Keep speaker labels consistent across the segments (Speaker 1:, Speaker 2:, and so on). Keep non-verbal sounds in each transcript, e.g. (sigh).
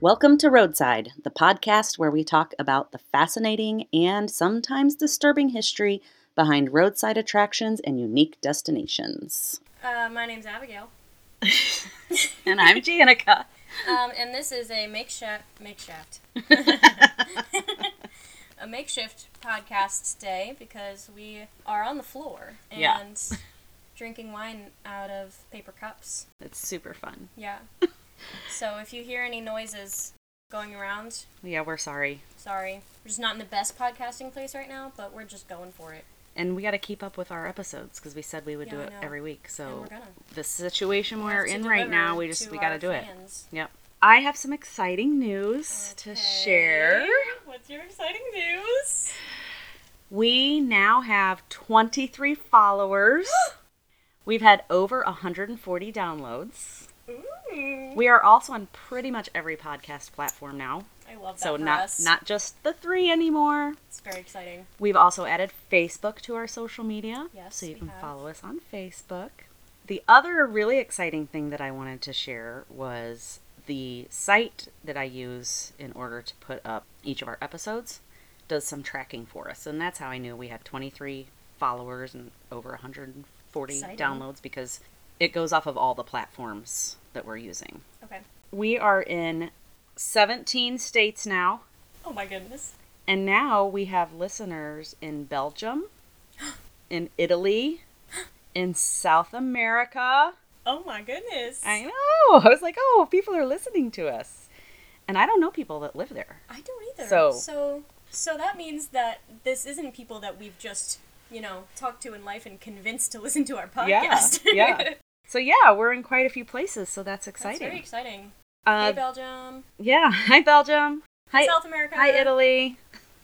Speaker 1: Welcome to Roadside, the podcast where we talk about the fascinating and sometimes disturbing history behind roadside attractions and unique destinations.
Speaker 2: Uh, my name's Abigail,
Speaker 1: (laughs) And I'm Janica. (laughs)
Speaker 2: um, and this is a makeshift makeshift a makeshift podcast day because we are on the floor and
Speaker 1: Yeah. (laughs)
Speaker 2: drinking wine out of paper cups.
Speaker 1: It's super fun.
Speaker 2: Yeah. so if you hear any noises going around,
Speaker 1: Yeah, we're sorry.
Speaker 2: sorry, we're just not in the best podcasting place right now, but we're just going for it.
Speaker 1: And we got to keep up with our episodes because we said we would
Speaker 2: Yeah,
Speaker 1: do
Speaker 2: I
Speaker 1: it
Speaker 2: know.
Speaker 1: every week.
Speaker 2: and
Speaker 1: So
Speaker 2: we're gonna.
Speaker 1: the situation we're
Speaker 2: Have to
Speaker 1: in right
Speaker 2: deliver
Speaker 1: now, we just
Speaker 2: to
Speaker 1: we got
Speaker 2: our
Speaker 1: to do it.
Speaker 2: fans.
Speaker 1: Yep. I have some exciting news to share.
Speaker 2: Okay, What's your exciting news?
Speaker 1: We now have 23 followers.
Speaker 2: (gasps)
Speaker 1: We've had over 140 downloads.
Speaker 2: Ooh.
Speaker 1: We are also on pretty much every podcast platform now.
Speaker 2: I love that
Speaker 1: So
Speaker 2: for
Speaker 1: not
Speaker 2: us.
Speaker 1: not just the 3 anymore.
Speaker 2: It's very exciting.
Speaker 1: We've also added Facebook to our social media.
Speaker 2: Yes,
Speaker 1: So you
Speaker 2: we
Speaker 1: can
Speaker 2: have.
Speaker 1: follow us on Facebook. The other really exciting thing that I wanted to share was the site that I use in order to put up each of our episodes does some tracking for us. And that's how I knew we had 23 followers and over 140
Speaker 2: Exciting.
Speaker 1: downloads because it goes off of all the platforms that we're using.
Speaker 2: Okay.
Speaker 1: We are in 17 states now.
Speaker 2: Oh my goodness.
Speaker 1: And now we have listeners in
Speaker 2: (gasps)
Speaker 1: Belgium, in Italy, in South America.
Speaker 2: Oh my goodness.
Speaker 1: I know. (laughs) I was like, oh, people are listening to us. And I don't know people that live there.
Speaker 2: I don't either.
Speaker 1: So-
Speaker 2: so so that means that this isn't people that we've just, you know, talked to in life and convinced to listen to our podcast.
Speaker 1: Yeah,
Speaker 2: (laughs)
Speaker 1: yeah. So, yeah, we're in quite a few places, so that's
Speaker 2: That's
Speaker 1: exciting.
Speaker 2: very exciting. hey
Speaker 1: Uh,
Speaker 2: Belgium.
Speaker 1: yeah. (laughs) Hi, Belgium. Hi,
Speaker 2: South America.
Speaker 1: Hi, Italy.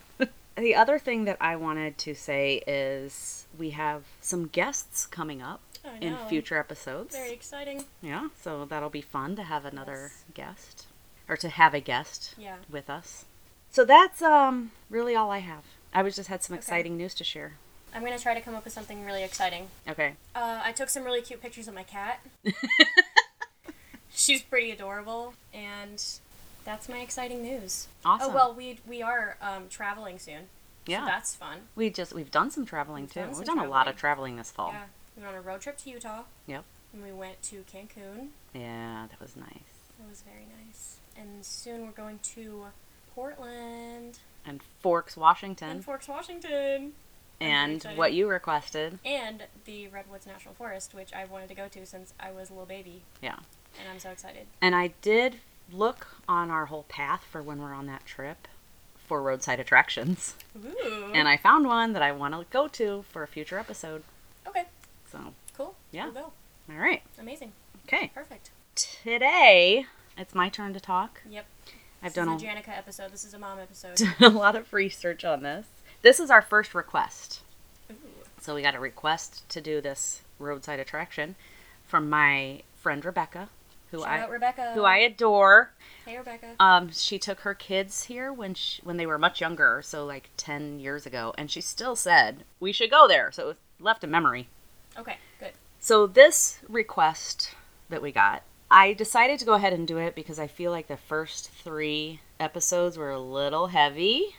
Speaker 1: (laughs) the other thing that I wanted to say is we have some guests coming up
Speaker 2: I
Speaker 1: in
Speaker 2: know.
Speaker 1: future episodes.
Speaker 2: Very exciting.
Speaker 1: Yeah, so that'll be fun to have another
Speaker 2: Yes.
Speaker 1: guest or to have a guest
Speaker 2: Yeah.
Speaker 1: with us. So that's um really all I have. I was just had some
Speaker 2: Okay.
Speaker 1: exciting news to share.
Speaker 2: I'm gonna try to come up with something really exciting.
Speaker 1: Okay.
Speaker 2: Uh, I took some really cute pictures of
Speaker 1: (laughs)
Speaker 2: my cat. She's pretty adorable, and that's my exciting news.
Speaker 1: Awesome.
Speaker 2: Oh well, we we are um, traveling soon.
Speaker 1: yeah.
Speaker 2: so that's fun.
Speaker 1: we just we've done some traveling
Speaker 2: We've
Speaker 1: too.
Speaker 2: done
Speaker 1: we've
Speaker 2: some
Speaker 1: done a lot of traveling this fall.
Speaker 2: Yeah, we went on a road trip to Utah.
Speaker 1: Yep.
Speaker 2: And we went to Cancun.
Speaker 1: Yeah. that was nice.
Speaker 2: That was very nice. And soon we're going to Portland
Speaker 1: And Forks, Washington,
Speaker 2: and Forks, Washington, very
Speaker 1: and
Speaker 2: excited.
Speaker 1: what you requested.
Speaker 2: and the Redwoods National Forest, which I've wanted to go to since I was a little baby,
Speaker 1: Yeah.
Speaker 2: and I'm so excited.
Speaker 1: And I did look on our whole path for when we're on that trip for roadside attractions.
Speaker 2: Ooh.
Speaker 1: And I found one that I want to go to for a future episode.
Speaker 2: okay,
Speaker 1: So,
Speaker 2: cool.
Speaker 1: Yeah.
Speaker 2: We'll go.
Speaker 1: all right.
Speaker 2: Amazing.
Speaker 1: Okay.
Speaker 2: Perfect.
Speaker 1: Today, it's my turn to talk.
Speaker 2: Yep.
Speaker 1: I've
Speaker 2: this
Speaker 1: done
Speaker 2: is a
Speaker 1: a,
Speaker 2: Janica episode. This is a mom episode.
Speaker 1: (laughs) a lot of research on this. This is our first request.
Speaker 2: Ooh.
Speaker 1: So, we got a request to do this roadside attraction from my friend Rebecca, who
Speaker 2: Shout
Speaker 1: I
Speaker 2: out Rebecca.
Speaker 1: who I adore.
Speaker 2: Hey Rebecca.
Speaker 1: Um, she took her kids here when she, when they were much younger, so like 10 years ago, and she still said, "We should go there." So, it left a memory.
Speaker 2: Okay. Good.
Speaker 1: So this request that we got, I decided to go ahead and do it because I feel like the first three episodes were a little heavy.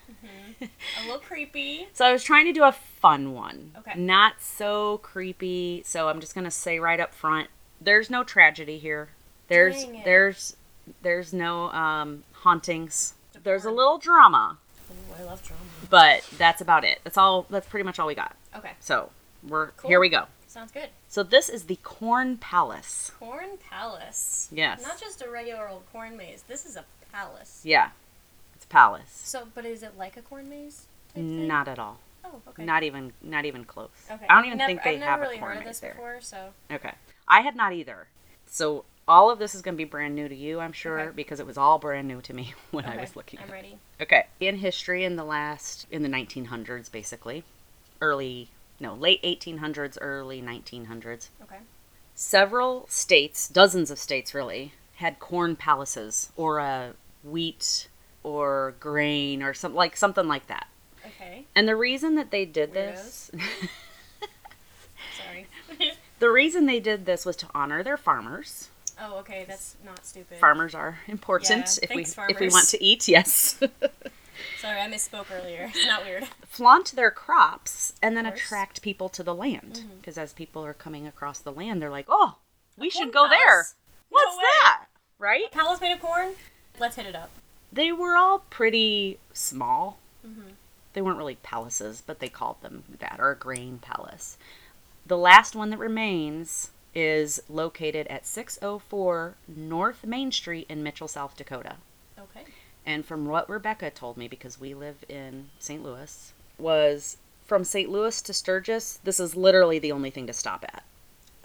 Speaker 2: A little creepy.
Speaker 1: So I was trying to do a fun one.
Speaker 2: Okay.
Speaker 1: Not so creepy. So I'm just gonna say right up front, there's no tragedy here. There's
Speaker 2: Dang it.
Speaker 1: there's there's no um hauntings.
Speaker 2: It's a
Speaker 1: There's a
Speaker 2: porn.
Speaker 1: little drama,
Speaker 2: Ooh, I love drama.
Speaker 1: but that's about it. That's all that's pretty much all we got.
Speaker 2: Okay.
Speaker 1: So we're
Speaker 2: Cool.
Speaker 1: here we go.
Speaker 2: Sounds good.
Speaker 1: So this is the Corn Palace.
Speaker 2: Corn Palace.
Speaker 1: Yes.
Speaker 2: Not just a regular old corn maze. This is a palace.
Speaker 1: Yeah. It's a palace.
Speaker 2: So, but is it like a corn maze? type thing?
Speaker 1: Not at all.
Speaker 2: Oh, okay.
Speaker 1: Not even not even close.
Speaker 2: Okay.
Speaker 1: I don't even
Speaker 2: Never-
Speaker 1: think they
Speaker 2: I've never
Speaker 1: have
Speaker 2: really
Speaker 1: a corn
Speaker 2: heard of
Speaker 1: maze
Speaker 2: this
Speaker 1: there.
Speaker 2: before, so
Speaker 1: Okay. I had not either. So all of this is going to be brand new to you, I'm sure,
Speaker 2: Okay.
Speaker 1: because it was all brand new to me (laughs) when (laughs) I
Speaker 2: okay,
Speaker 1: was looking
Speaker 2: I'm
Speaker 1: at it.
Speaker 2: ready.
Speaker 1: Okay. In history in the last in the 1900s basically. Early no, late 1800s, early 1900s.
Speaker 2: Okay.
Speaker 1: Several states, dozens of states really, had corn palaces or a wheat or grain or some like something like that.
Speaker 2: Okay.
Speaker 1: And the reason that they did this, (laughs)
Speaker 2: Sorry.
Speaker 1: the reason they did this was to honor their farmers
Speaker 2: Oh, okay, that's not stupid.
Speaker 1: Farmers are important
Speaker 2: Yeah,
Speaker 1: if we
Speaker 2: thanks,
Speaker 1: if we
Speaker 2: farmers.
Speaker 1: want to eat. Yes.
Speaker 2: Sorry, I misspoke earlier. (laughs) It's not weird.
Speaker 1: Flaunt their crops and then
Speaker 2: Of course. Mm-hmm.
Speaker 1: attract people to the land because as people are coming across the land, they're like, "Oh, we should go
Speaker 2: Corn
Speaker 1: there.
Speaker 2: palace?
Speaker 1: What's
Speaker 2: way.
Speaker 1: that?" Right?
Speaker 2: Palace made of corn? Let's hit it up.
Speaker 1: They were all pretty small.
Speaker 2: Mm-hmm.
Speaker 1: They weren't really palaces, but they called them that, or a grain palace. The last one that remains is located at 604 North Main Street in Mitchell, South Dakota.
Speaker 2: Okay.
Speaker 1: and from what Rebecca told me, because we live in St. Louis, was from St. Louis to Sturgis, this is literally the only thing to stop at.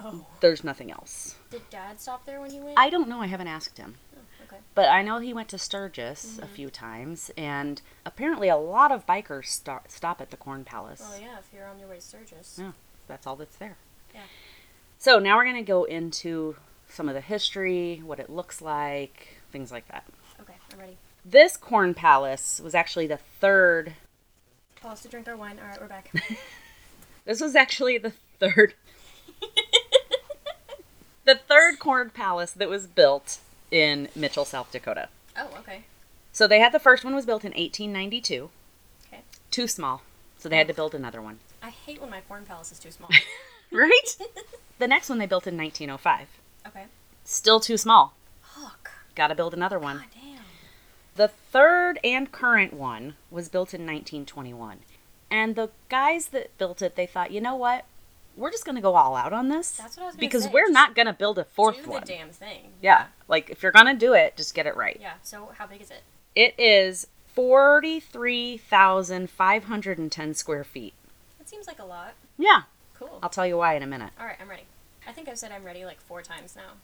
Speaker 2: Oh.
Speaker 1: There's nothing else.
Speaker 2: Did Dad stop there when he went?
Speaker 1: I don't know, I haven't asked him.
Speaker 2: Oh, okay.
Speaker 1: But I know he went to Sturgis
Speaker 2: Mm-hmm.
Speaker 1: a few times, and apparently a lot of bikers sto- stop at the Corn Palace.
Speaker 2: Well, Oh, yeah, if you're on your way to Sturgis.
Speaker 1: Yeah, that's all that's there.
Speaker 2: Yeah.
Speaker 1: So now we're going to go into some of the history, what it looks like, things like that.
Speaker 2: Okay, I'm ready.
Speaker 1: This Corn Palace was actually the third
Speaker 2: Pause to drink our wine. All right,
Speaker 1: (laughs)
Speaker 2: we're back.
Speaker 1: This was actually the third (laughs) the third corn palace that was built in Mitchell, South Dakota.
Speaker 2: oh, okay.
Speaker 1: So they had the first one was built in 1892.
Speaker 2: Okay.
Speaker 1: Too small. So they had to build another
Speaker 2: (laughs)
Speaker 1: one.
Speaker 2: I hate when my corn palace is
Speaker 1: (laughs)
Speaker 2: too small.
Speaker 1: Right? (laughs) the next one they built in 1905.
Speaker 2: okay.
Speaker 1: Still too small.
Speaker 2: Fuck.
Speaker 1: Got to build another one.
Speaker 2: God Ah, damn.
Speaker 1: The third and current one was built in 1921. And the guys that built it, they thought, "You know what? We're just going to go all out on this."
Speaker 2: That's what I was gonna
Speaker 1: Because
Speaker 2: say.
Speaker 1: we're
Speaker 2: Just
Speaker 1: not going to build a fourth
Speaker 2: Do the
Speaker 1: one.
Speaker 2: damn thing.
Speaker 1: Yeah. Like if you're gonna do it, just get it right.
Speaker 2: Yeah, so how big is it?
Speaker 1: It is forty three thousand five hundred and ten square feet.
Speaker 2: That seems like a lot.
Speaker 1: Yeah.
Speaker 2: Cool.
Speaker 1: I'll tell you why in a minute.
Speaker 2: All right, I'm ready. I think I've said I'm ready like four times now.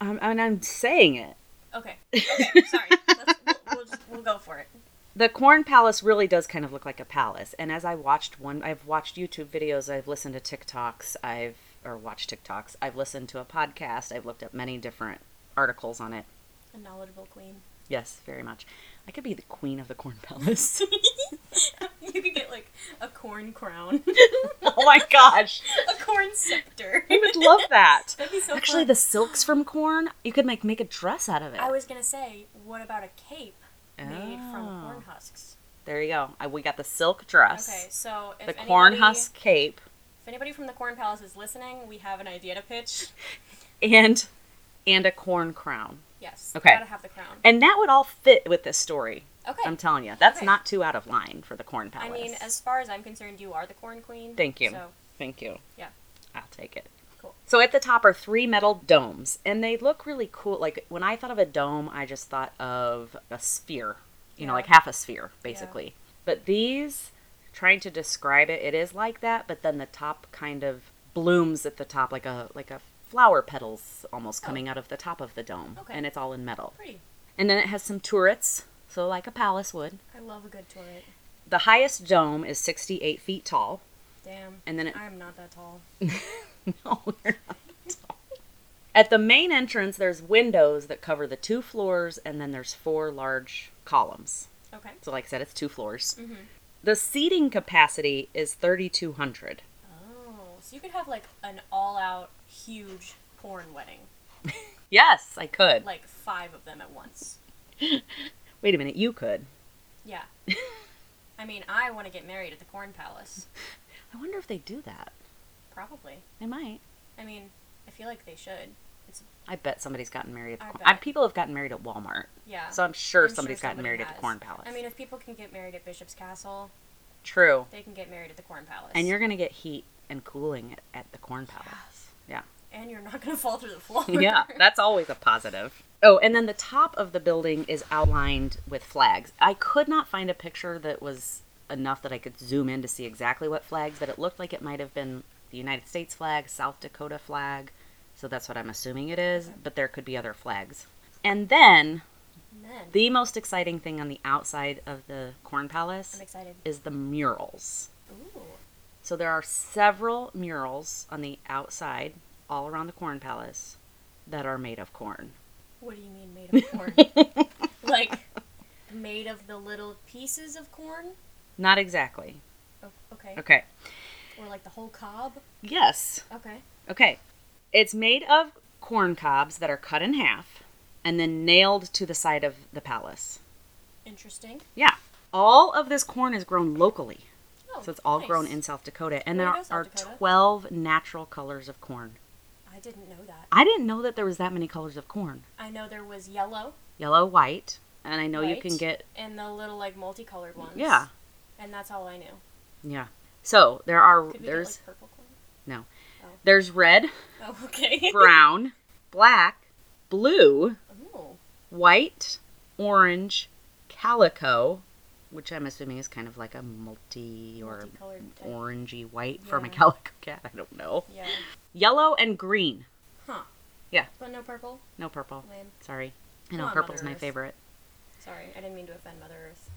Speaker 1: I'm, Um, and I'm saying it. (laughs)
Speaker 2: Okay. Okay. Sorry. Let's, we'll, we'll, just, we'll go for it.
Speaker 1: The Corn Palace really does kind of look like a palace. And as I watched one, I've watched YouTube videos, I've listened to TikToks, I've, or watched TikToks, I've listened to a podcast, I've looked up many different articles on it.
Speaker 2: A knowledgeable queen. (laughs)
Speaker 1: Yes, very much. I could be the queen of the Corn Palace. (laughs)
Speaker 2: you could get like a corn crown, (laughs)
Speaker 1: oh my gosh.
Speaker 2: a corn
Speaker 1: (laughs)
Speaker 2: scepter.
Speaker 1: I would love
Speaker 2: (laughs)
Speaker 1: that.
Speaker 2: That'd be so
Speaker 1: Actually,
Speaker 2: fun.
Speaker 1: the silks from corn, you could make make a dress out of it.
Speaker 2: I was gonna say, what about a cape made
Speaker 1: Oh.
Speaker 2: from corn husks?
Speaker 1: There you go. I, we got the silk dress,
Speaker 2: Okay, so if
Speaker 1: the
Speaker 2: anybody,
Speaker 1: corn husk cape,
Speaker 2: if anybody from the Corn Palace is listening, we have an idea to pitch.
Speaker 1: and and a corn crown.
Speaker 2: Yes.
Speaker 1: Okay.
Speaker 2: Gotta have the crown.
Speaker 1: And that would all fit with this story.
Speaker 2: Okay.
Speaker 1: I'm telling you, that's
Speaker 2: Okay.
Speaker 1: not too out of line for the corn
Speaker 2: I
Speaker 1: palace.
Speaker 2: mean, as far as I'm concerned, you are the corn queen.
Speaker 1: Thank you.
Speaker 2: So
Speaker 1: Thank you.
Speaker 2: Yeah.
Speaker 1: I'll take it.
Speaker 2: Cool.
Speaker 1: So at the top are three metal domes, and they look really cool. Like when I thought of a dome, I just thought of a sphere, you know,
Speaker 2: Yeah.
Speaker 1: like half a sphere, basically. But these, trying to describe it, it is like that, but then the top kind of blooms at the top, like a like a flower petals almost coming out of the top of the dome,
Speaker 2: Oh. Okay.
Speaker 1: and it's all in metal.
Speaker 2: pretty.
Speaker 1: And then it has some turrets, so like a palace would.
Speaker 2: I love a good toilet.
Speaker 1: The highest dome is 68 feet tall,
Speaker 2: Damn.
Speaker 1: and then it
Speaker 2: I'm not that tall.
Speaker 1: (laughs) No, they're not tall. At the main entrance, there's windows that cover the two floors, and then there's four large columns.
Speaker 2: Okay.
Speaker 1: So, like I said, it's two floors.
Speaker 2: Mm-hmm.
Speaker 1: The seating capacity is 3,200.
Speaker 2: Oh, so you could have like an all-out huge porn wedding,
Speaker 1: Yes, I could.
Speaker 2: like five of them at once.
Speaker 1: Wait a minute, you could. (laughs)
Speaker 2: Yeah. I mean, I want to get married at the Corn Palace.
Speaker 1: I wonder if they do that.
Speaker 2: Probably.
Speaker 1: They might.
Speaker 2: I mean, I feel like they should. It's
Speaker 1: I bet somebody's gotten married. At the
Speaker 2: I
Speaker 1: corn-
Speaker 2: bet.
Speaker 1: I- people have gotten married at Walmart,
Speaker 2: yeah.
Speaker 1: so I'm sure
Speaker 2: I'm
Speaker 1: somebody's gotten
Speaker 2: somebody
Speaker 1: married at
Speaker 2: has.
Speaker 1: the Corn Palace.
Speaker 2: I mean, if people can get married at Bishop's Castle,
Speaker 1: true.
Speaker 2: they can get married at the Corn Palace.
Speaker 1: And you're gonna get heat and cooling at, at the Corn Palace. Yeah.
Speaker 2: and you're not gonna fall through the
Speaker 1: (laughs)
Speaker 2: floor. (laughs)
Speaker 1: yeah, that's always a positive. Oh, and then the top of the building is outlined with flags. I could not find a picture that was enough that I could zoom in to see exactly what flags, but it looked like it might have been the United States flag, South Dakota flag. So that's what I'm assuming it is, but there could be other flags. And then
Speaker 2: And then,
Speaker 1: the most exciting thing on the outside of the Corn Palace
Speaker 2: I'm excited.
Speaker 1: is the murals.
Speaker 2: Ooh.
Speaker 1: So there are several murals on the outside all around the Corn Palace that are made of corn.
Speaker 2: What do you mean made
Speaker 1: (laughs)
Speaker 2: of corn? like made of the little pieces of corn?
Speaker 1: Not exactly.
Speaker 2: O- okay.
Speaker 1: Okay.
Speaker 2: Or like the whole cob?
Speaker 1: Yes.
Speaker 2: Okay.
Speaker 1: Okay. It's made of corn cobs that are cut in half and then nailed to the side of the palace.
Speaker 2: Interesting.
Speaker 1: Yeah. All of this corn is grown locally.
Speaker 2: Oh,
Speaker 1: So it's all
Speaker 2: nice.
Speaker 1: grown in South Dakota. And
Speaker 2: Way
Speaker 1: there
Speaker 2: to go, South
Speaker 1: are
Speaker 2: Dakota.
Speaker 1: 12 natural colors of corn.
Speaker 2: I didn't know that.
Speaker 1: I didn't know that there was that many colors of corn
Speaker 2: I know there was yellow
Speaker 1: yellow, white. And I know you can
Speaker 2: White.
Speaker 1: get,
Speaker 2: and the little like multicolored ones.
Speaker 1: yeah.
Speaker 2: And that's all I knew.
Speaker 1: Yeah. So there are,
Speaker 2: Could we
Speaker 1: there's,
Speaker 2: get like purple corn?
Speaker 1: no.
Speaker 2: Oh.
Speaker 1: There's red, (laughs)
Speaker 2: Oh, okay.
Speaker 1: brown, black, blue,
Speaker 2: (laughs) Ooh.
Speaker 1: white, orange, calico, which I'm assuming is kind of like a multi or
Speaker 2: Multicolored type.
Speaker 1: orangey white from a
Speaker 2: Yeah.
Speaker 1: calico cat. I don't know.
Speaker 2: Yeah.
Speaker 1: Yellow and green.
Speaker 2: Huh.
Speaker 1: Yeah.
Speaker 2: But no purple.
Speaker 1: No purple.
Speaker 2: Lame.
Speaker 1: Sorry. I
Speaker 2: Come
Speaker 1: know
Speaker 2: on,
Speaker 1: purple's
Speaker 2: Mother
Speaker 1: my
Speaker 2: Earth.
Speaker 1: favorite.
Speaker 2: Sorry, I didn't mean to offend Mother Earth.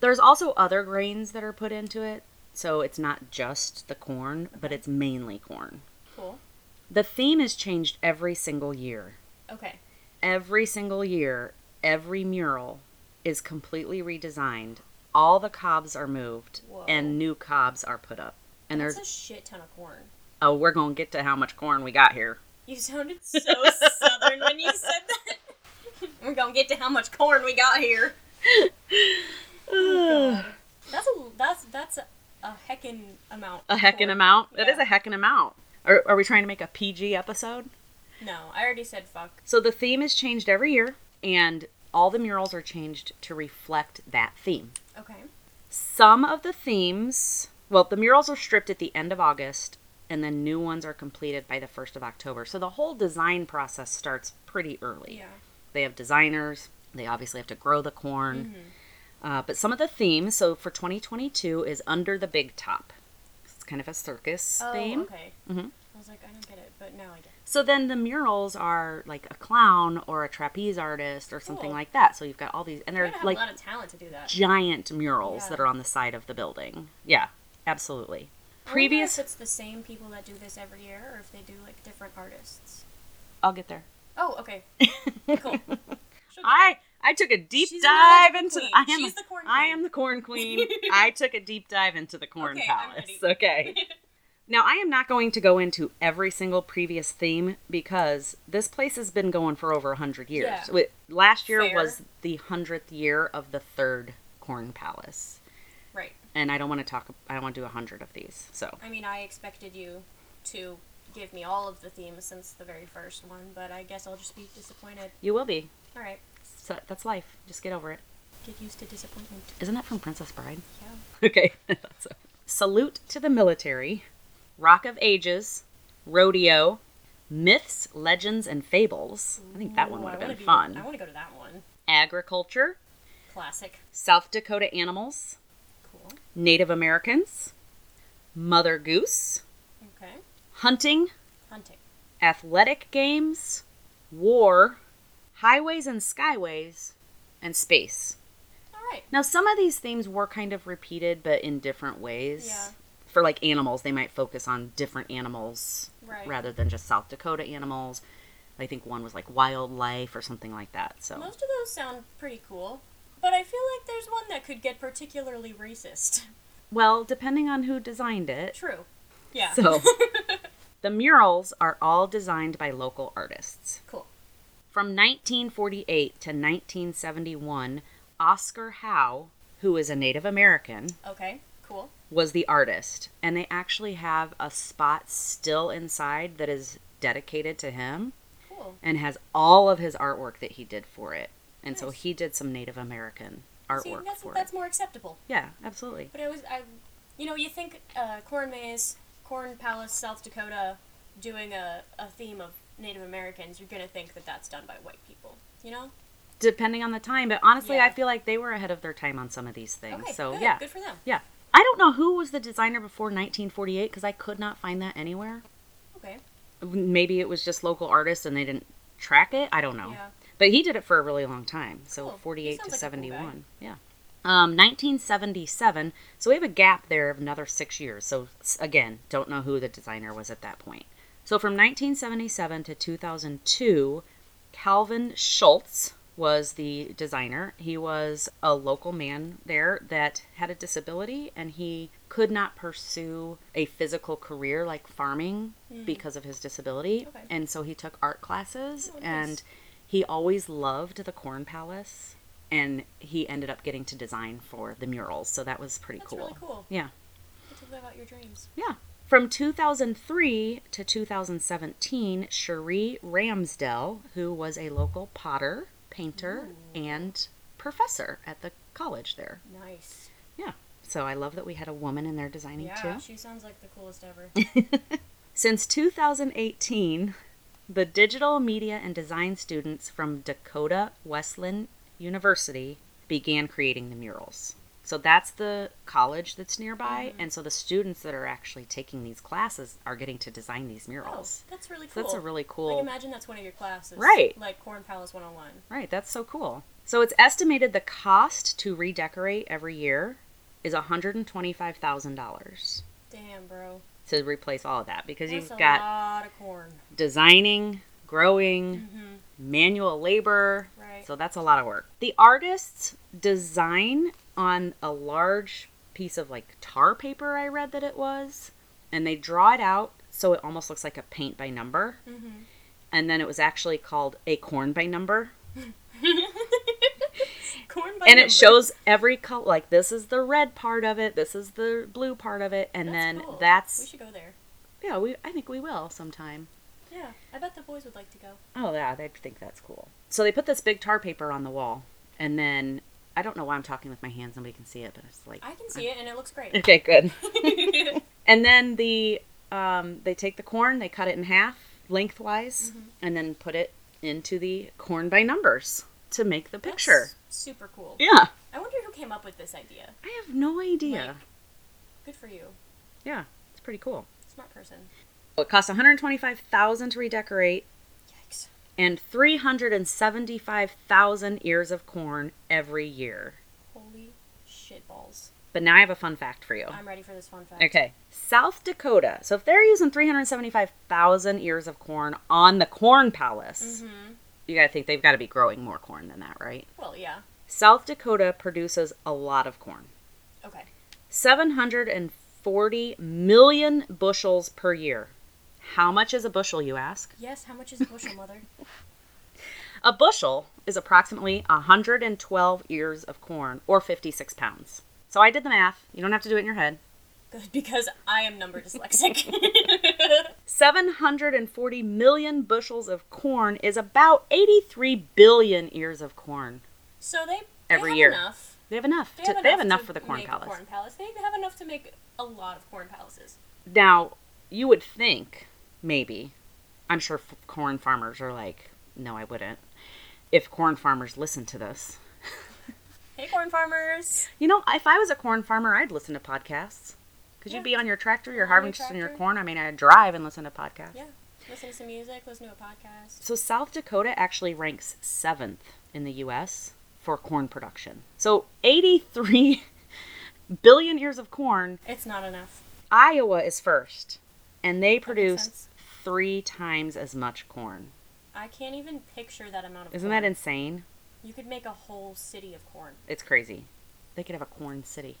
Speaker 1: There's also other grains that are put into it. So it's not just the corn, but it's mainly corn.
Speaker 2: Cool.
Speaker 1: The theme is changed every single year.
Speaker 2: Okay.
Speaker 1: every single year, every mural is completely redesigned. All the cobs are moved
Speaker 2: Whoa.
Speaker 1: and new cobs are put up. And
Speaker 2: That's
Speaker 1: there's
Speaker 2: a shit ton of corn.
Speaker 1: oh, we're gonna get to how much corn we got
Speaker 2: (sighs)
Speaker 1: here.
Speaker 2: You sounded so southern when you said that. (laughs) We're gonna get to how much corn we got here. Oh
Speaker 1: a
Speaker 2: That's a that's that's a, a heckin' amount. of
Speaker 1: heckin'
Speaker 2: corn.
Speaker 1: amount. That
Speaker 2: Yeah.
Speaker 1: is a heckin' amount. Are, are we trying to make a PG episode?
Speaker 2: No, I already said fuck.
Speaker 1: So the theme is changed every year, and all the murals are changed to reflect that theme.
Speaker 2: Okay.
Speaker 1: Some of the themes, well, the murals are stripped at the end of August and then new ones are completed by the 1st of October. So the whole design process starts pretty early.
Speaker 2: Yeah.
Speaker 1: They have designers, they obviously have to grow the corn.
Speaker 2: Mm-hmm.
Speaker 1: Uh, but some of the themes, so for 2022 is Under the Big Top. It's kind of a circus
Speaker 2: Oh,
Speaker 1: theme.
Speaker 2: okay.
Speaker 1: Mhm.
Speaker 2: I was like, I don't get it, but now I get. it.
Speaker 1: So then the murals are like a clown or a trapeze artist or something
Speaker 2: Cool.
Speaker 1: like that. So you've got all these, and
Speaker 2: You
Speaker 1: they're
Speaker 2: gotta have
Speaker 1: like
Speaker 2: a lot of talent to do that.
Speaker 1: giant murals
Speaker 2: Yeah.
Speaker 1: that are on the side of the building. Yeah, absolutely.
Speaker 2: I wonder
Speaker 1: Previous,
Speaker 2: If it's the same people that do this every year, or if they do like different artists.
Speaker 1: I'll get there.
Speaker 2: Oh,
Speaker 1: (laughs)
Speaker 2: okay. Cool. She'll get
Speaker 1: I I took a deep
Speaker 2: She's the
Speaker 1: dive
Speaker 2: magic
Speaker 1: into.
Speaker 2: queen.
Speaker 1: I am.
Speaker 2: She's the corn
Speaker 1: I
Speaker 2: queen.
Speaker 1: am the corn
Speaker 2: (laughs)
Speaker 1: queen. I took a deep dive into the corn
Speaker 2: Okay, I'm
Speaker 1: palace.
Speaker 2: ready. (laughs)
Speaker 1: Okay. Now I am not going to go into every single previous theme because this place has been going for over hundred years.
Speaker 2: Yeah.
Speaker 1: Wi- Last year
Speaker 2: Fair.
Speaker 1: was the hundredth year of the third corn palace,
Speaker 2: Right.
Speaker 1: and I don't want to talk. I don't want to do a hundred of these. So
Speaker 2: I mean, I expected you to give me all of the themes since the very first one, but I guess I'll just be disappointed.
Speaker 1: you will be.
Speaker 2: All right.
Speaker 1: So that's life. Just get over it.
Speaker 2: Get used to disappointment.
Speaker 1: Isn't that from Princess Bride? (laughs)
Speaker 2: Yeah.
Speaker 1: Okay. That's it. Salute to the military, Rock of Ages, rodeo, myths, legends, and fables. I think that one
Speaker 2: Ooh,
Speaker 1: would
Speaker 2: I
Speaker 1: have
Speaker 2: wanna
Speaker 1: been
Speaker 2: be-
Speaker 1: fun.
Speaker 2: I want to go to that one.
Speaker 1: Agriculture,
Speaker 2: Classic.
Speaker 1: South Dakota animals,
Speaker 2: Cool.
Speaker 1: Native Americans, Mother Goose,
Speaker 2: Okay.
Speaker 1: hunting,
Speaker 2: Hunting.
Speaker 1: athletic games, war, highways and skyways, and space.
Speaker 2: All right.
Speaker 1: Now, some of these themes were kind of repeated, but in different ways.
Speaker 2: Yeah.
Speaker 1: For like animals, they might focus on different animals
Speaker 2: Right.
Speaker 1: rather than just South Dakota animals. I think one was like wildlife or something like that. So,
Speaker 2: Most of those sound pretty cool, but I feel like there's one that could get particularly racist. (laughs)
Speaker 1: well, depending on who designed it.
Speaker 2: True. Yeah. (laughs)
Speaker 1: So, the murals are all designed by local artists.
Speaker 2: cool.
Speaker 1: From 1948 to 1971, Oscar Howe, who is a Native American,
Speaker 2: Okay. Cool.
Speaker 1: was the artist. And they actually have a spot still inside that is dedicated to him
Speaker 2: Cool.
Speaker 1: and has all of his artwork that he did for it. And so
Speaker 2: Nice.
Speaker 1: he did some Native American artwork
Speaker 2: See, that's
Speaker 1: for
Speaker 2: that's
Speaker 1: it.
Speaker 2: more acceptable.
Speaker 1: Yeah, absolutely.
Speaker 2: But I was, I, you know, you think uh, corn maze, corn palace, South Dakota, doing a, a theme of Native Americans, you're gonna think that that's done by white people. You know?
Speaker 1: Depending on the time, but honestly,
Speaker 2: Yeah.
Speaker 1: I feel like they were ahead of their time on some of these things.
Speaker 2: Okay.
Speaker 1: so
Speaker 2: good,
Speaker 1: yeah,
Speaker 2: Good for them.
Speaker 1: yeah. I don't know who was the designer before 1948 because I could not find that anywhere.
Speaker 2: Okay.
Speaker 1: Maybe it was just local artists and they didn't track it. I don't know.
Speaker 2: Yeah.
Speaker 1: But he did it for a really long time, so
Speaker 2: Cool. Oh, He
Speaker 1: 48 to
Speaker 2: sounds like a cool guy.
Speaker 1: 71. yeah. Um, 1977. So we have a gap there of another six years. So s- again, don't know who the designer was at that point. So from 1977 to 2002, Calvin Schultz was the designer. He was a local man there that had a disability and he could not pursue a physical career like farming because of his disability.
Speaker 2: Mm. Okay.
Speaker 1: And so he took art classes
Speaker 2: Oh, nice.
Speaker 1: and he always loved the Corn Palace and he ended up getting to design for the murals. So that was pretty
Speaker 2: That's
Speaker 1: cool.
Speaker 2: really cool.
Speaker 1: Yeah.
Speaker 2: Get to live out your dreams.
Speaker 1: Yeah. From 2003 to 2017, Cherie Ramsdell, who was a local potter, painter, and professor at the college there.
Speaker 2: Nice.
Speaker 1: Yeah. So I love that we had a woman in there designing
Speaker 2: Yeah,
Speaker 1: too.
Speaker 2: she sounds like the
Speaker 1: (laughs)
Speaker 2: coolest ever.
Speaker 1: Since 2018, the digital media and design students from Dakota Wesleyan University began creating the murals. So that's the college that's nearby,
Speaker 2: Mm-hmm.
Speaker 1: and so the students that are actually taking these classes are getting to design these
Speaker 2: oh,
Speaker 1: murals.
Speaker 2: that's really
Speaker 1: So
Speaker 2: cool.
Speaker 1: that's a really cool.
Speaker 2: Like imagine that's one of your classes.
Speaker 1: Right.
Speaker 2: Like Corn Palace 101.
Speaker 1: Right, that's so cool. So it's estimated the cost to redecorate every year is $125,000
Speaker 2: Damn, bro.
Speaker 1: to replace all of that because
Speaker 2: That's
Speaker 1: you've
Speaker 2: a
Speaker 1: got
Speaker 2: lot of corn.
Speaker 1: designing, growing,
Speaker 2: Mm-hmm.
Speaker 1: manual labor.
Speaker 2: Right.
Speaker 1: So that's a lot of work. The artists design on a large piece of like tar paper, I read that it was, and they draw it out so it almost looks like a paint by number.
Speaker 2: Mhm.
Speaker 1: And then it was actually called a corn by number.
Speaker 2: corn by
Speaker 1: and
Speaker 2: number.
Speaker 1: it shows every color like this is the red part of it this is the blue part of it and
Speaker 2: That's
Speaker 1: then
Speaker 2: cool. We
Speaker 1: that's
Speaker 2: should go there.
Speaker 1: yeah we i think we will sometime
Speaker 2: Yeah, I bet the boys would like to go.
Speaker 1: oh yeah they think that's cool so they put this big tar paper on the wall and then i don't know why i'm talking with my hands nobody can see it but it's like
Speaker 2: I can see it, and it looks great.
Speaker 1: (laughs) okay good and then the um, they take the corn they cut it in half lengthwise and then put it into the corn by numbers to make the (laughs) picture
Speaker 2: That's super cool.
Speaker 1: yeah
Speaker 2: I wonder who came up with this idea.
Speaker 1: i have no idea
Speaker 2: Like- Good for you,
Speaker 1: yeah it's pretty cool
Speaker 2: smart person.
Speaker 1: Well, it costs 125,000 to redecorate
Speaker 2: Yikes.
Speaker 1: and 375,000 ears of corn every year.
Speaker 2: Holy shit balls.
Speaker 1: But now I have a fun fact for you.
Speaker 2: I'm ready for this fun fact.
Speaker 1: Oh. Okay. South Dakota. So if they're using 375,000 ears of corn on the corn palace,
Speaker 2: Mm-hmm.
Speaker 1: you got to think they've got to be growing more corn than that, right?
Speaker 2: Well, yeah.
Speaker 1: South Dakota produces a lot of corn.
Speaker 2: Okay.
Speaker 1: 740 million bushels per year. How much is a bushel, you ask?
Speaker 2: Yes, how much is a (laughs) bushel, mother?
Speaker 1: A bushel is approximately 112 ears of corn or 56 pounds. So I did the math. You don't have to do it in your head.
Speaker 2: Good, because I am number dyslexic. (laughs)
Speaker 1: 740 million bushels of corn is about 83 billion ears of corn.
Speaker 2: so they, they
Speaker 1: Every
Speaker 2: have
Speaker 1: year.
Speaker 2: Enough.
Speaker 1: They have enough.
Speaker 2: They
Speaker 1: to-
Speaker 2: have enough,
Speaker 1: they have enough
Speaker 2: to
Speaker 1: for the corn
Speaker 2: make a
Speaker 1: palace.
Speaker 2: corn palace. They have enough to make a lot of corn palaces.
Speaker 1: Now, you would think, maybe, I'm sure f- corn farmers are like, no, I wouldn't. If corn farmers listen to this,
Speaker 2: Hey, corn farmers.
Speaker 1: You know, if I was a corn farmer, I'd listen to podcasts. Because
Speaker 2: Yeah.
Speaker 1: you'd be on your tractor, you're
Speaker 2: On your
Speaker 1: harvesting your
Speaker 2: tractor.
Speaker 1: corn. I mean, I'd drive and listen to podcasts.
Speaker 2: Yeah. Listen to some music, listen to a podcast.
Speaker 1: So South Dakota actually ranks seventh in the U.S. for corn production. So 83 (laughs) billion ears of corn.
Speaker 2: It's not enough.
Speaker 1: Iowa is first. And they produce
Speaker 2: sense.
Speaker 1: three times as much corn.
Speaker 2: I can't even picture that amount of
Speaker 1: Isn't
Speaker 2: corn.
Speaker 1: that insane?
Speaker 2: You could make a whole city of corn.
Speaker 1: It's crazy. They could have a corn city.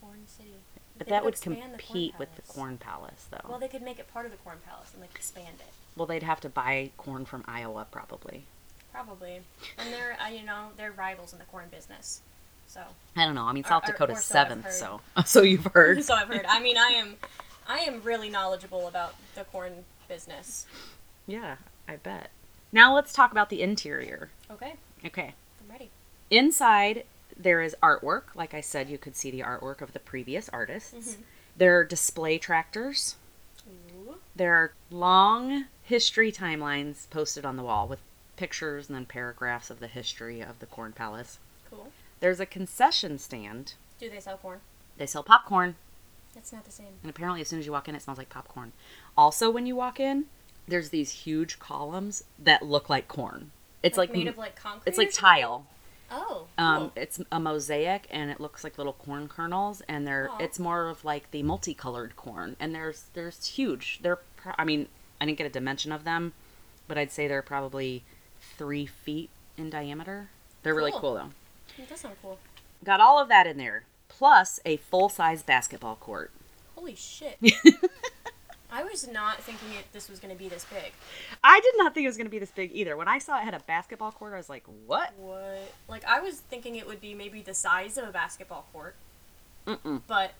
Speaker 2: Corn city.
Speaker 1: But
Speaker 2: They
Speaker 1: that
Speaker 2: could
Speaker 1: would
Speaker 2: expand the corn
Speaker 1: compete with the
Speaker 2: palace.
Speaker 1: corn palace, though.
Speaker 2: Well, they could make it part of the corn palace and like expand it.
Speaker 1: Well, they'd have to buy corn from Iowa, probably.
Speaker 2: Probably. And they're, uh, you know, they're rivals in the corn business. So,
Speaker 1: I don't know. I mean,
Speaker 2: Or-
Speaker 1: South
Speaker 2: or-
Speaker 1: Dakota's
Speaker 2: or so I've
Speaker 1: seventh,
Speaker 2: heard.
Speaker 1: so (laughs) so you've heard.
Speaker 2: (laughs) so I've heard. I mean, I am, I am really knowledgeable about the corn business.
Speaker 1: Yeah, I bet. Now let's talk about the interior.
Speaker 2: Okay,
Speaker 1: Okay,
Speaker 2: I'm ready.
Speaker 1: inside there is artwork. Like I said, you could see the artwork of the previous artists.
Speaker 2: Mm-hmm.
Speaker 1: There are display tractors.
Speaker 2: Ooh,
Speaker 1: There are long history timelines posted on the wall with pictures and then paragraphs of the history of the Corn Palace.
Speaker 2: cool.
Speaker 1: There's a concession stand.
Speaker 2: Do they sell corn?
Speaker 1: They sell popcorn.
Speaker 2: That's not the same.
Speaker 1: And apparently, as soon as you walk in, it smells like popcorn. Also, when you walk in, there's these huge columns that look like corn. It's like,
Speaker 2: made of like concrete.
Speaker 1: it's
Speaker 2: or
Speaker 1: like
Speaker 2: something?
Speaker 1: tile.
Speaker 2: Oh,
Speaker 1: Um,
Speaker 2: cool.
Speaker 1: it's a mosaic, and it looks like little corn kernels, and they're
Speaker 2: Aw.
Speaker 1: it's more of like the multicolored corn. And there's there's huge. They're pro- I mean I didn't get a dimension of them, but I'd say they're probably three feet in diameter. They're really
Speaker 2: Cool.
Speaker 1: cool though.
Speaker 2: It does sound cool.
Speaker 1: Got all of that in there, plus a full size basketball court. (laughs)
Speaker 2: Holy shit. I was not thinking it, this was going to be this big.
Speaker 1: I did not think it was going to be this big either. When I saw it had a basketball court, I was like, what?
Speaker 2: What? Like, I was thinking it would be maybe the size of a basketball court,
Speaker 1: Mm-mm.
Speaker 2: but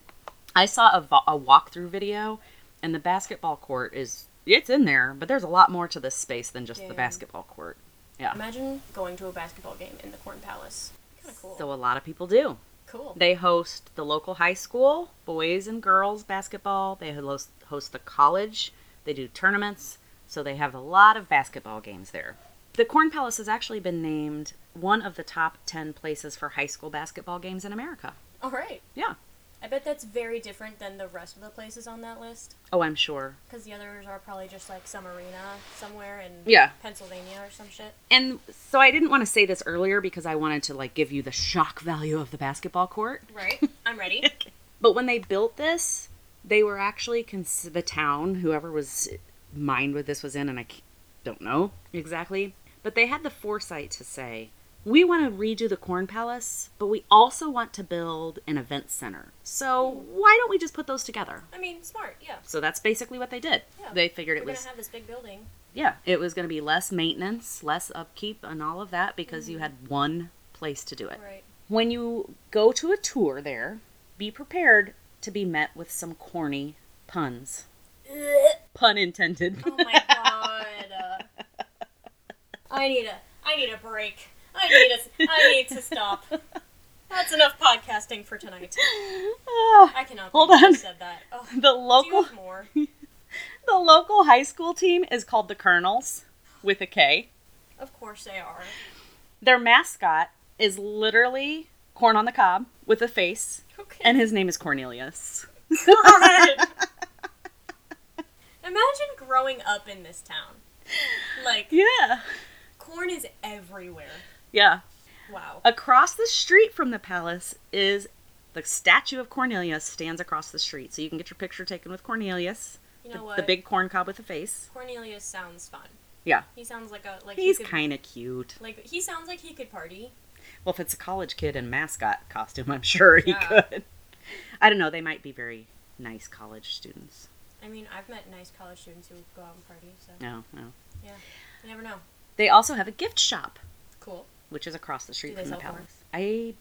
Speaker 1: I saw a, vo- a walkthrough video, and the basketball court is, it's in there, but there's a lot more to this space than just
Speaker 2: Yeah.
Speaker 1: the basketball court. Yeah.
Speaker 2: imagine going to a basketball game in the Corn Palace. Kind of cool.
Speaker 1: So a lot of people do.
Speaker 2: cool.
Speaker 1: They host the local high school, boys and girls basketball. They host, host the college. They do tournaments. So they have a lot of basketball games there. The Corn Palace has actually been named one of the top 10 places for high school basketball games in America.
Speaker 2: All right.
Speaker 1: Yeah.
Speaker 2: I bet that's very different than the rest of the places on that list,
Speaker 1: Oh, I'm sure.
Speaker 2: because the others are probably just like some arena somewhere in
Speaker 1: Yeah.
Speaker 2: Pennsylvania or some shit.
Speaker 1: And so I didn't want to say this earlier because I wanted to like give you the shock value of the basketball court.
Speaker 2: Right.
Speaker 1: (laughs)
Speaker 2: I'm ready.
Speaker 1: But when they built this, they were actually cons- the town, whoever was mind with this was in, and I c- don't know exactly. But they had the foresight to say, we want to redo the Corn Palace, but we also want to build an event center. So why don't we just put those together?
Speaker 2: I mean, smart. Yeah.
Speaker 1: So that's basically what they did.
Speaker 2: Yeah.
Speaker 1: They figured it
Speaker 2: We're
Speaker 1: was
Speaker 2: gonna have this big building.
Speaker 1: yeah, it was going to be less maintenance, less upkeep, and all of that because you had one place to do it. (laughs)
Speaker 2: Right.
Speaker 1: When you go to a tour there, be prepared to be met with some corny puns. Pun intended. (laughs)
Speaker 2: Oh my god. uh. I need a I need a break. I need a I need to
Speaker 1: (laughs)
Speaker 2: stop. That's enough podcasting for tonight.
Speaker 1: Ah,
Speaker 2: I cannot
Speaker 1: Hold
Speaker 2: believe
Speaker 1: on.
Speaker 2: you said that. Oh,
Speaker 1: the
Speaker 2: do you
Speaker 1: local
Speaker 2: have more.
Speaker 1: the local high school team is called the Colonels with a K.
Speaker 2: Of course
Speaker 1: (laughs)
Speaker 2: they are.
Speaker 1: Their mascot is literally corn on the cob with a face,
Speaker 2: Okay.
Speaker 1: and his name is Cornelius. (laughs)
Speaker 2: Imagine growing up in this town. Like
Speaker 1: Yeah.
Speaker 2: corn is everywhere.
Speaker 1: Yeah. Uh,
Speaker 2: Wow.
Speaker 1: Across the street from the palace is the statue of Cornelius stands across the street, so you can get your picture taken with Cornelius,
Speaker 2: You know
Speaker 1: the,
Speaker 2: what?
Speaker 1: the big corn cob with a face.
Speaker 2: Cornelius sounds fun.
Speaker 1: Yeah,
Speaker 2: He sounds like a like
Speaker 1: he's
Speaker 2: he could,
Speaker 1: kind of cute.
Speaker 2: like he sounds like he could party.
Speaker 1: Well, if it's a college kid in mascot costume, I'm (laughs) sure he
Speaker 2: Yeah.
Speaker 1: could. I don't know. They might be very nice college students.
Speaker 2: I mean, I've met nice college students who go out and party, so
Speaker 1: No, no.
Speaker 2: you never know.
Speaker 1: They also have a gift shop,
Speaker 2: Cool.
Speaker 1: which is across the street
Speaker 2: Do they
Speaker 1: from the
Speaker 2: sell corn?
Speaker 1: palace. I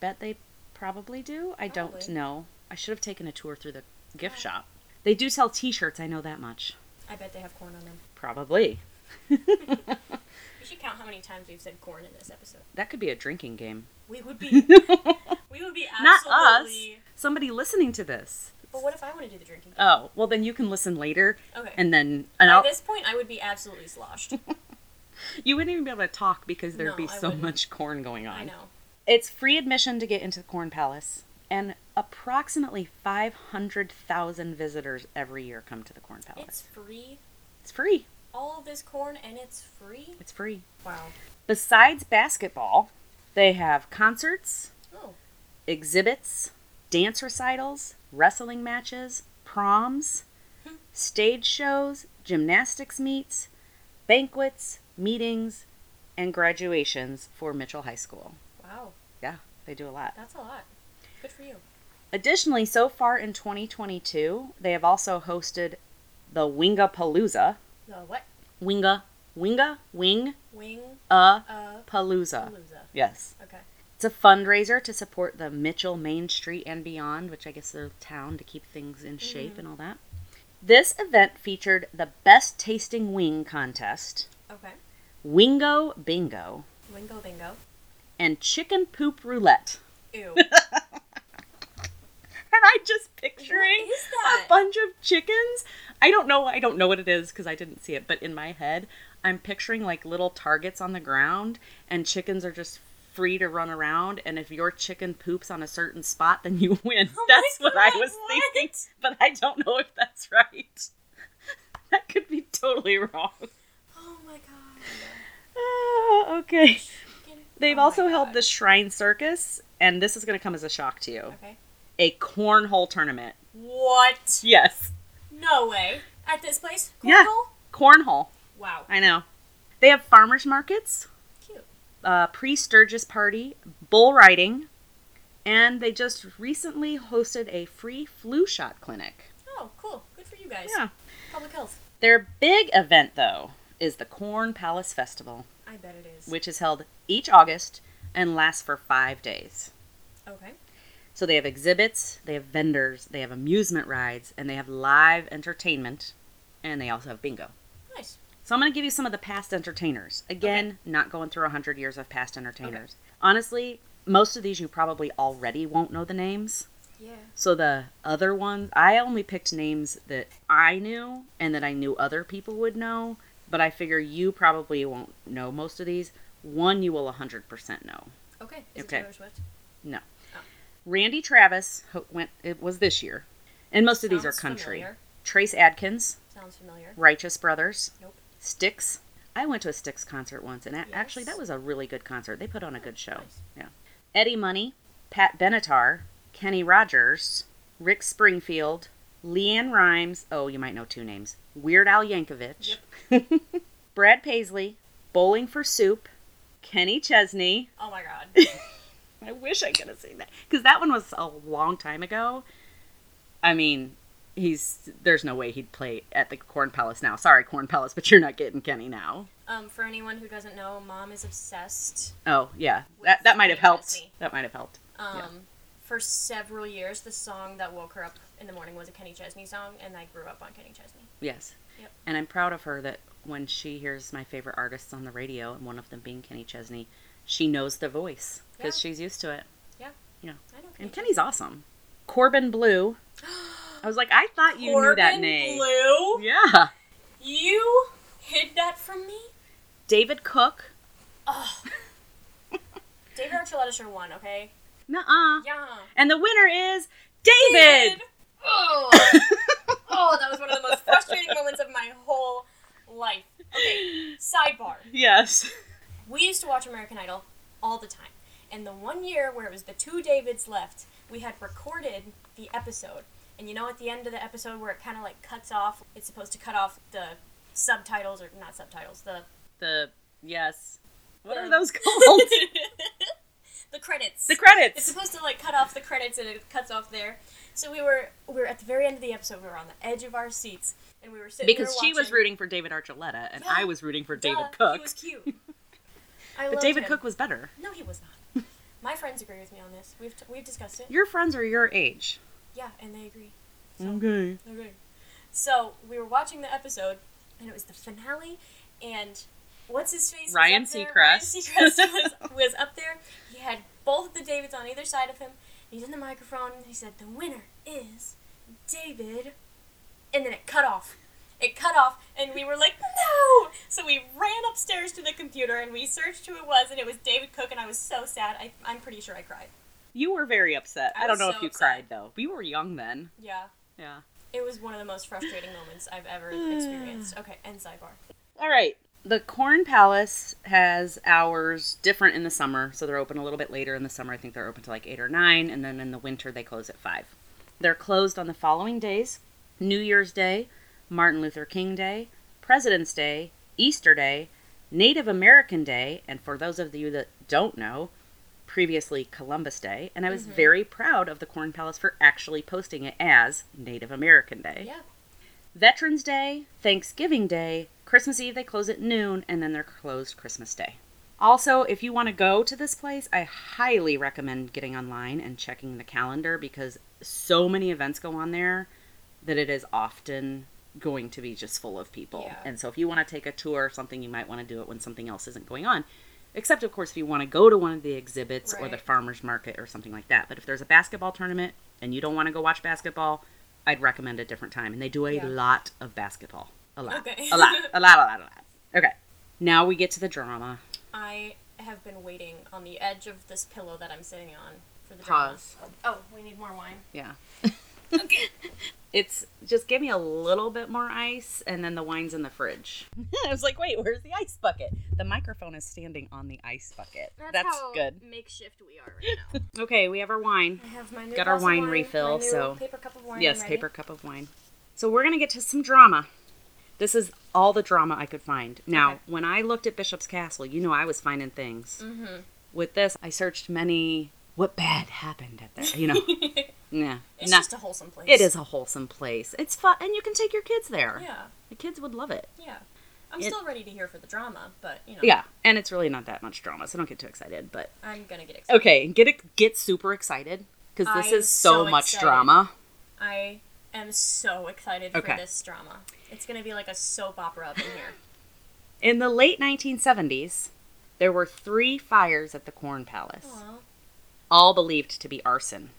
Speaker 1: bet they probably do. I don't
Speaker 2: Probably.
Speaker 1: know. I should have taken a tour through the gift
Speaker 2: Oh.
Speaker 1: shop. They do sell T-shirts. I know that much.
Speaker 2: I bet they have corn on them.
Speaker 1: Probably.
Speaker 2: We should count how many times we've said corn in this episode.
Speaker 1: That could be a drinking game.
Speaker 2: We
Speaker 1: (laughs)
Speaker 2: would be, we would be
Speaker 1: Not
Speaker 2: absolutely.
Speaker 1: us. Somebody listening to this.
Speaker 2: But what if I want to do the drinking?
Speaker 1: Oh, well then you can listen later
Speaker 2: Okay.
Speaker 1: and then and
Speaker 2: At
Speaker 1: I'll,
Speaker 2: this point, I would be
Speaker 1: (laughs)
Speaker 2: absolutely sloshed.
Speaker 1: you wouldn't even be able to talk because there'd
Speaker 2: No,
Speaker 1: be
Speaker 2: I
Speaker 1: so
Speaker 2: wouldn't.
Speaker 1: much corn going on.
Speaker 2: I know.
Speaker 1: It's free admission to get into the Corn Palace and approximately 500,000 visitors every year come to the Corn Palace.
Speaker 2: It's free.
Speaker 1: it's free.
Speaker 2: All of this corn and it's free.
Speaker 1: It's free.
Speaker 2: Wow.
Speaker 1: Besides basketball, they have concerts,
Speaker 2: Oh.
Speaker 1: exhibits, dance recitals, wrestling matches, proms, stage shows, gymnastics meets, banquets, meetings, and graduations for Mitchell High School.
Speaker 2: Wow.
Speaker 1: Yeah, they do a lot.
Speaker 2: That's a lot. Good for you.
Speaker 1: Additionally, so far in 2022, they have also hosted the Wingapalooza.
Speaker 2: The what?
Speaker 1: Winga, Winga, Wing,
Speaker 2: Wing
Speaker 1: a
Speaker 2: uh
Speaker 1: Palooza.
Speaker 2: palooza.
Speaker 1: Yes.
Speaker 2: Okay.
Speaker 1: It's a fundraiser to support the Mitchell Main Street and beyond, which I guess is their town to keep things in shape and all that. This event featured the best tasting wing contest,
Speaker 2: Okay.
Speaker 1: wingo bingo,
Speaker 2: Wingo bingo.
Speaker 1: and chicken poop roulette. (laughs)
Speaker 2: Ew.
Speaker 1: And I just picturing
Speaker 2: What is
Speaker 1: a
Speaker 2: that?
Speaker 1: bunch of chickens. I don't know. I don't know what it is because I didn't see it. But in my head, I'm picturing like little targets on the ground, and chickens are just free to run around. And if your chicken poops on a certain spot, then you (laughs) win.
Speaker 2: Oh my
Speaker 1: that's what I
Speaker 2: God,
Speaker 1: was
Speaker 2: what?
Speaker 1: thinking, but I don't know if that's right. (laughs) that could be totally wrong.
Speaker 2: Oh my god.
Speaker 1: Ah, okay.
Speaker 2: Chicken-
Speaker 1: They've
Speaker 2: Oh my
Speaker 1: also held
Speaker 2: God.
Speaker 1: the Shrine Circus, and this is going to come as a shock to you
Speaker 2: Okay.
Speaker 1: a cornhole tournament.
Speaker 2: What?
Speaker 1: Yes.
Speaker 2: No way. At this place?
Speaker 1: Yeah.
Speaker 2: Cornhole?
Speaker 1: Cornhole.
Speaker 2: Wow.
Speaker 1: I know. They have farmers markets,
Speaker 2: Cute.
Speaker 1: uh, pre Sturgis party, bull riding, and they just recently hosted a free flu shot clinic.
Speaker 2: Oh, cool. Good for you guys.
Speaker 1: Yeah.
Speaker 2: Public health.
Speaker 1: Their big event, though, is the Corn Palace Festival,
Speaker 2: I bet it is.
Speaker 1: which is held each August and lasts for five days.
Speaker 2: okay.
Speaker 1: So they have exhibits, they have vendors, they have amusement rides, and they have live entertainment, and they also have bingo.
Speaker 2: Nice.
Speaker 1: So I'm going to give you some of the past entertainers. Again, not going through 100 years of past entertainers. Honestly, most of these you probably already won't know the names.
Speaker 2: Yeah.
Speaker 1: So the other ones, I only picked names that I knew and that I knew other people would know, but I figure you probably won't know most of these. One you will 100% know.
Speaker 2: Okay. Is
Speaker 1: Okay.
Speaker 2: it Taylor Swift?
Speaker 1: No.
Speaker 2: Oh.
Speaker 1: Randy Travis ho- went it was this year. And most of these
Speaker 2: Sounds
Speaker 1: are country.
Speaker 2: familiar.
Speaker 1: Trace Adkins,
Speaker 2: Sounds familiar.
Speaker 1: Righteous Brothers,
Speaker 2: Nope.
Speaker 1: Styx. I went to a Styx concert once, and a- actually,
Speaker 2: Yes.
Speaker 1: that was a really good concert. They put on a good show.
Speaker 2: Nice.
Speaker 1: Yeah. Eddie Money, Pat Benatar, Kenny Rogers, Rick Springfield, Leanne Rhymes. Oh, you might know two names Weird Al Yankovic, (laughs) Brad Paisley, Bowling for Soup, Kenny Chesney.
Speaker 2: Oh my god.
Speaker 1: (laughs) I wish I could have seen that because that one was a long time ago. I mean, he's there's no way he'd play at the Corn Palace now. Sorry, Corn Palace, but you're not getting Kenny now.
Speaker 2: Um, for anyone who doesn't know, mom is obsessed.
Speaker 1: Oh yeah, that that might have helped.
Speaker 2: Fantasy.
Speaker 1: That might have helped.
Speaker 2: Um, for several years, the song that woke her up in the morning was a Kenny Chesney song, and I grew up on Kenny Chesney.
Speaker 1: Yes,
Speaker 2: Yep.
Speaker 1: and I'm proud of her that when she hears my favorite artists on the radio, and one of them being Kenny Chesney, she knows the voice because she's used to it.
Speaker 2: I know Kenny.
Speaker 1: And
Speaker 2: (gasps)
Speaker 1: Kenny's awesome. Corbin Blue. I was like, I thought you knew that
Speaker 2: Corbin
Speaker 1: name.
Speaker 2: Blue,
Speaker 1: Yeah.
Speaker 2: you hid that from me.
Speaker 1: David Cook.
Speaker 2: Oh.
Speaker 1: (laughs)
Speaker 2: David Archuleta sure won. Okay.
Speaker 1: Nuh-uh.
Speaker 2: Yeah.
Speaker 1: And the winner is David.
Speaker 2: Oh. oh, that was one of the most frustrating moments of my whole life. Okay.
Speaker 1: (laughs)
Speaker 2: Sidebar.
Speaker 1: Yes.
Speaker 2: We used to watch American Idol all the time. And the one year where it was the two Davids left, we had recorded the episode. And you know, at the end of the episode where it kind of like cuts off, it's supposed to cut off the subtitles, or not subtitles, the.
Speaker 1: The yes. What are
Speaker 2: Um.
Speaker 1: those (laughs) called?
Speaker 2: (laughs) the credits.
Speaker 1: the
Speaker 2: It's
Speaker 1: credits.
Speaker 2: supposed to like cut off the credits and it cuts off there. So we were we were at the very end of the episode. We were on the edge of our seats and we were sitting
Speaker 1: Because
Speaker 2: there
Speaker 1: she was
Speaker 2: watching.
Speaker 1: rooting for David Archuleta and
Speaker 2: Yeah.
Speaker 1: I was rooting for David
Speaker 2: Duh,
Speaker 1: Cook.
Speaker 2: He
Speaker 1: (laughs)
Speaker 2: was cute. I
Speaker 1: But
Speaker 2: loved
Speaker 1: David
Speaker 2: him.
Speaker 1: Cook was better.
Speaker 2: No, he was not. My friends agree with me on this. We've t- we've discussed it.
Speaker 1: Your friends are your age.
Speaker 2: Yeah, and they agree.
Speaker 1: Okay.
Speaker 2: Okay. So we were watching the episode, and it was the finale, and what's his face? was
Speaker 1: Ryan
Speaker 2: up there.
Speaker 1: Seacrest.
Speaker 2: Ryan Seacrest
Speaker 1: (laughs)
Speaker 2: was, was up there. He had both the Davids on either side of him. He's in the microphone, and he said, "The winner is David," and then it cut off. It cut off, and we were like, "No!" So we ran upstairs to the computer, and we searched who it was, and it was David Cook, and I was so sad. I, I'm pretty sure I cried.
Speaker 1: You were very upset.
Speaker 2: I
Speaker 1: I, don't
Speaker 2: was
Speaker 1: know
Speaker 2: so
Speaker 1: if you
Speaker 2: upset.
Speaker 1: cried though. We were young then.
Speaker 2: Yeah.
Speaker 1: Yeah.
Speaker 2: It was one of the most frustrating moments
Speaker 1: (sighs)
Speaker 2: I've ever experienced. Okay, end sidebar.
Speaker 1: All right. The Corn Palace has hours different in the summer, so they're open a little bit later in the summer. I think they're open to like 8 or 9, and then in the winter they close at 5. They're closed on the following days New Year's Day, Martin Luther King Day, President's Day, Easter Day, Native American Day, and for those of you that don't know, previously Columbus Day. And I was very proud of the Corn Palace for actually posting it as Native American Day.
Speaker 2: Yeah.
Speaker 1: Veterans Day, Thanksgiving Day, Christmas Eve, they close at noon, and then they're closed Christmas Day. Also, if you want to go to this place, I highly recommend getting online and checking the calendar because so many events go on there that it is often going to be just full of people.
Speaker 2: Yeah.
Speaker 1: And so, if you want to take a tour or something, you might want to do it when something else isn't going on. Except, of course, if you want to go to one of the exhibits or the
Speaker 2: Right.
Speaker 1: farmer's market or something like that. But if there's a basketball tournament and you don't want to go watch basketball, I'd recommend a different time. And they do a
Speaker 2: Yeah.
Speaker 1: lot of basketball. A lot.
Speaker 2: Okay.
Speaker 1: a lot. A lot, a lot, a lot. Okay. Now we get to the drama.
Speaker 2: I have been waiting on the edge of this pillow that I'm sitting on for the
Speaker 1: Pause.
Speaker 2: drama. Oh, we need more wine.
Speaker 1: Yeah. (laughs) It's just give me a little bit more ice and then the wine's in the fridge. (laughs) I was like, wait, where's the ice bucket? The microphone is standing on the ice bucket. That's, good.
Speaker 2: makeshift we are right now.
Speaker 1: Okay, we have our wine.
Speaker 2: I have my new
Speaker 1: Got our
Speaker 2: glass of
Speaker 1: wine
Speaker 2: wine
Speaker 1: refill,
Speaker 2: my new
Speaker 1: so-
Speaker 2: paper cup of wine.
Speaker 1: yes,
Speaker 2: ready.
Speaker 1: paper cup of wine. So we're going to get to some drama. This is all the drama I could find. Now, when I looked at Bishop's Castle, you know I was finding things.
Speaker 2: Mm-hmm.
Speaker 1: With this, I searched many. What bad happened at there? You know,
Speaker 2: (laughs)
Speaker 1: yeah,
Speaker 2: (laughs) It's
Speaker 1: Nah.
Speaker 2: just a wholesome place.
Speaker 1: it is a wholesome place. It's fun, and you can take your kids there.
Speaker 2: Yeah,
Speaker 1: the kids would love it.
Speaker 2: yeah. I'm
Speaker 1: It-
Speaker 2: still ready to hear for the drama, but you know,
Speaker 1: Yeah, and it's really not that much drama, so don't get too excited. But
Speaker 2: I'm gonna get excited.
Speaker 1: okay, get ex- get super excited because this
Speaker 2: I'm
Speaker 1: is so,
Speaker 2: so
Speaker 1: much
Speaker 2: excited.
Speaker 1: drama.
Speaker 2: I am so excited
Speaker 1: Okay.
Speaker 2: for this drama. It's gonna be like a soap opera up
Speaker 1: (gasps)
Speaker 2: in here. (gasps)
Speaker 1: In the late 1970s, there were three fires at the Corn Palace,
Speaker 2: Aw.
Speaker 1: all believed to be arson.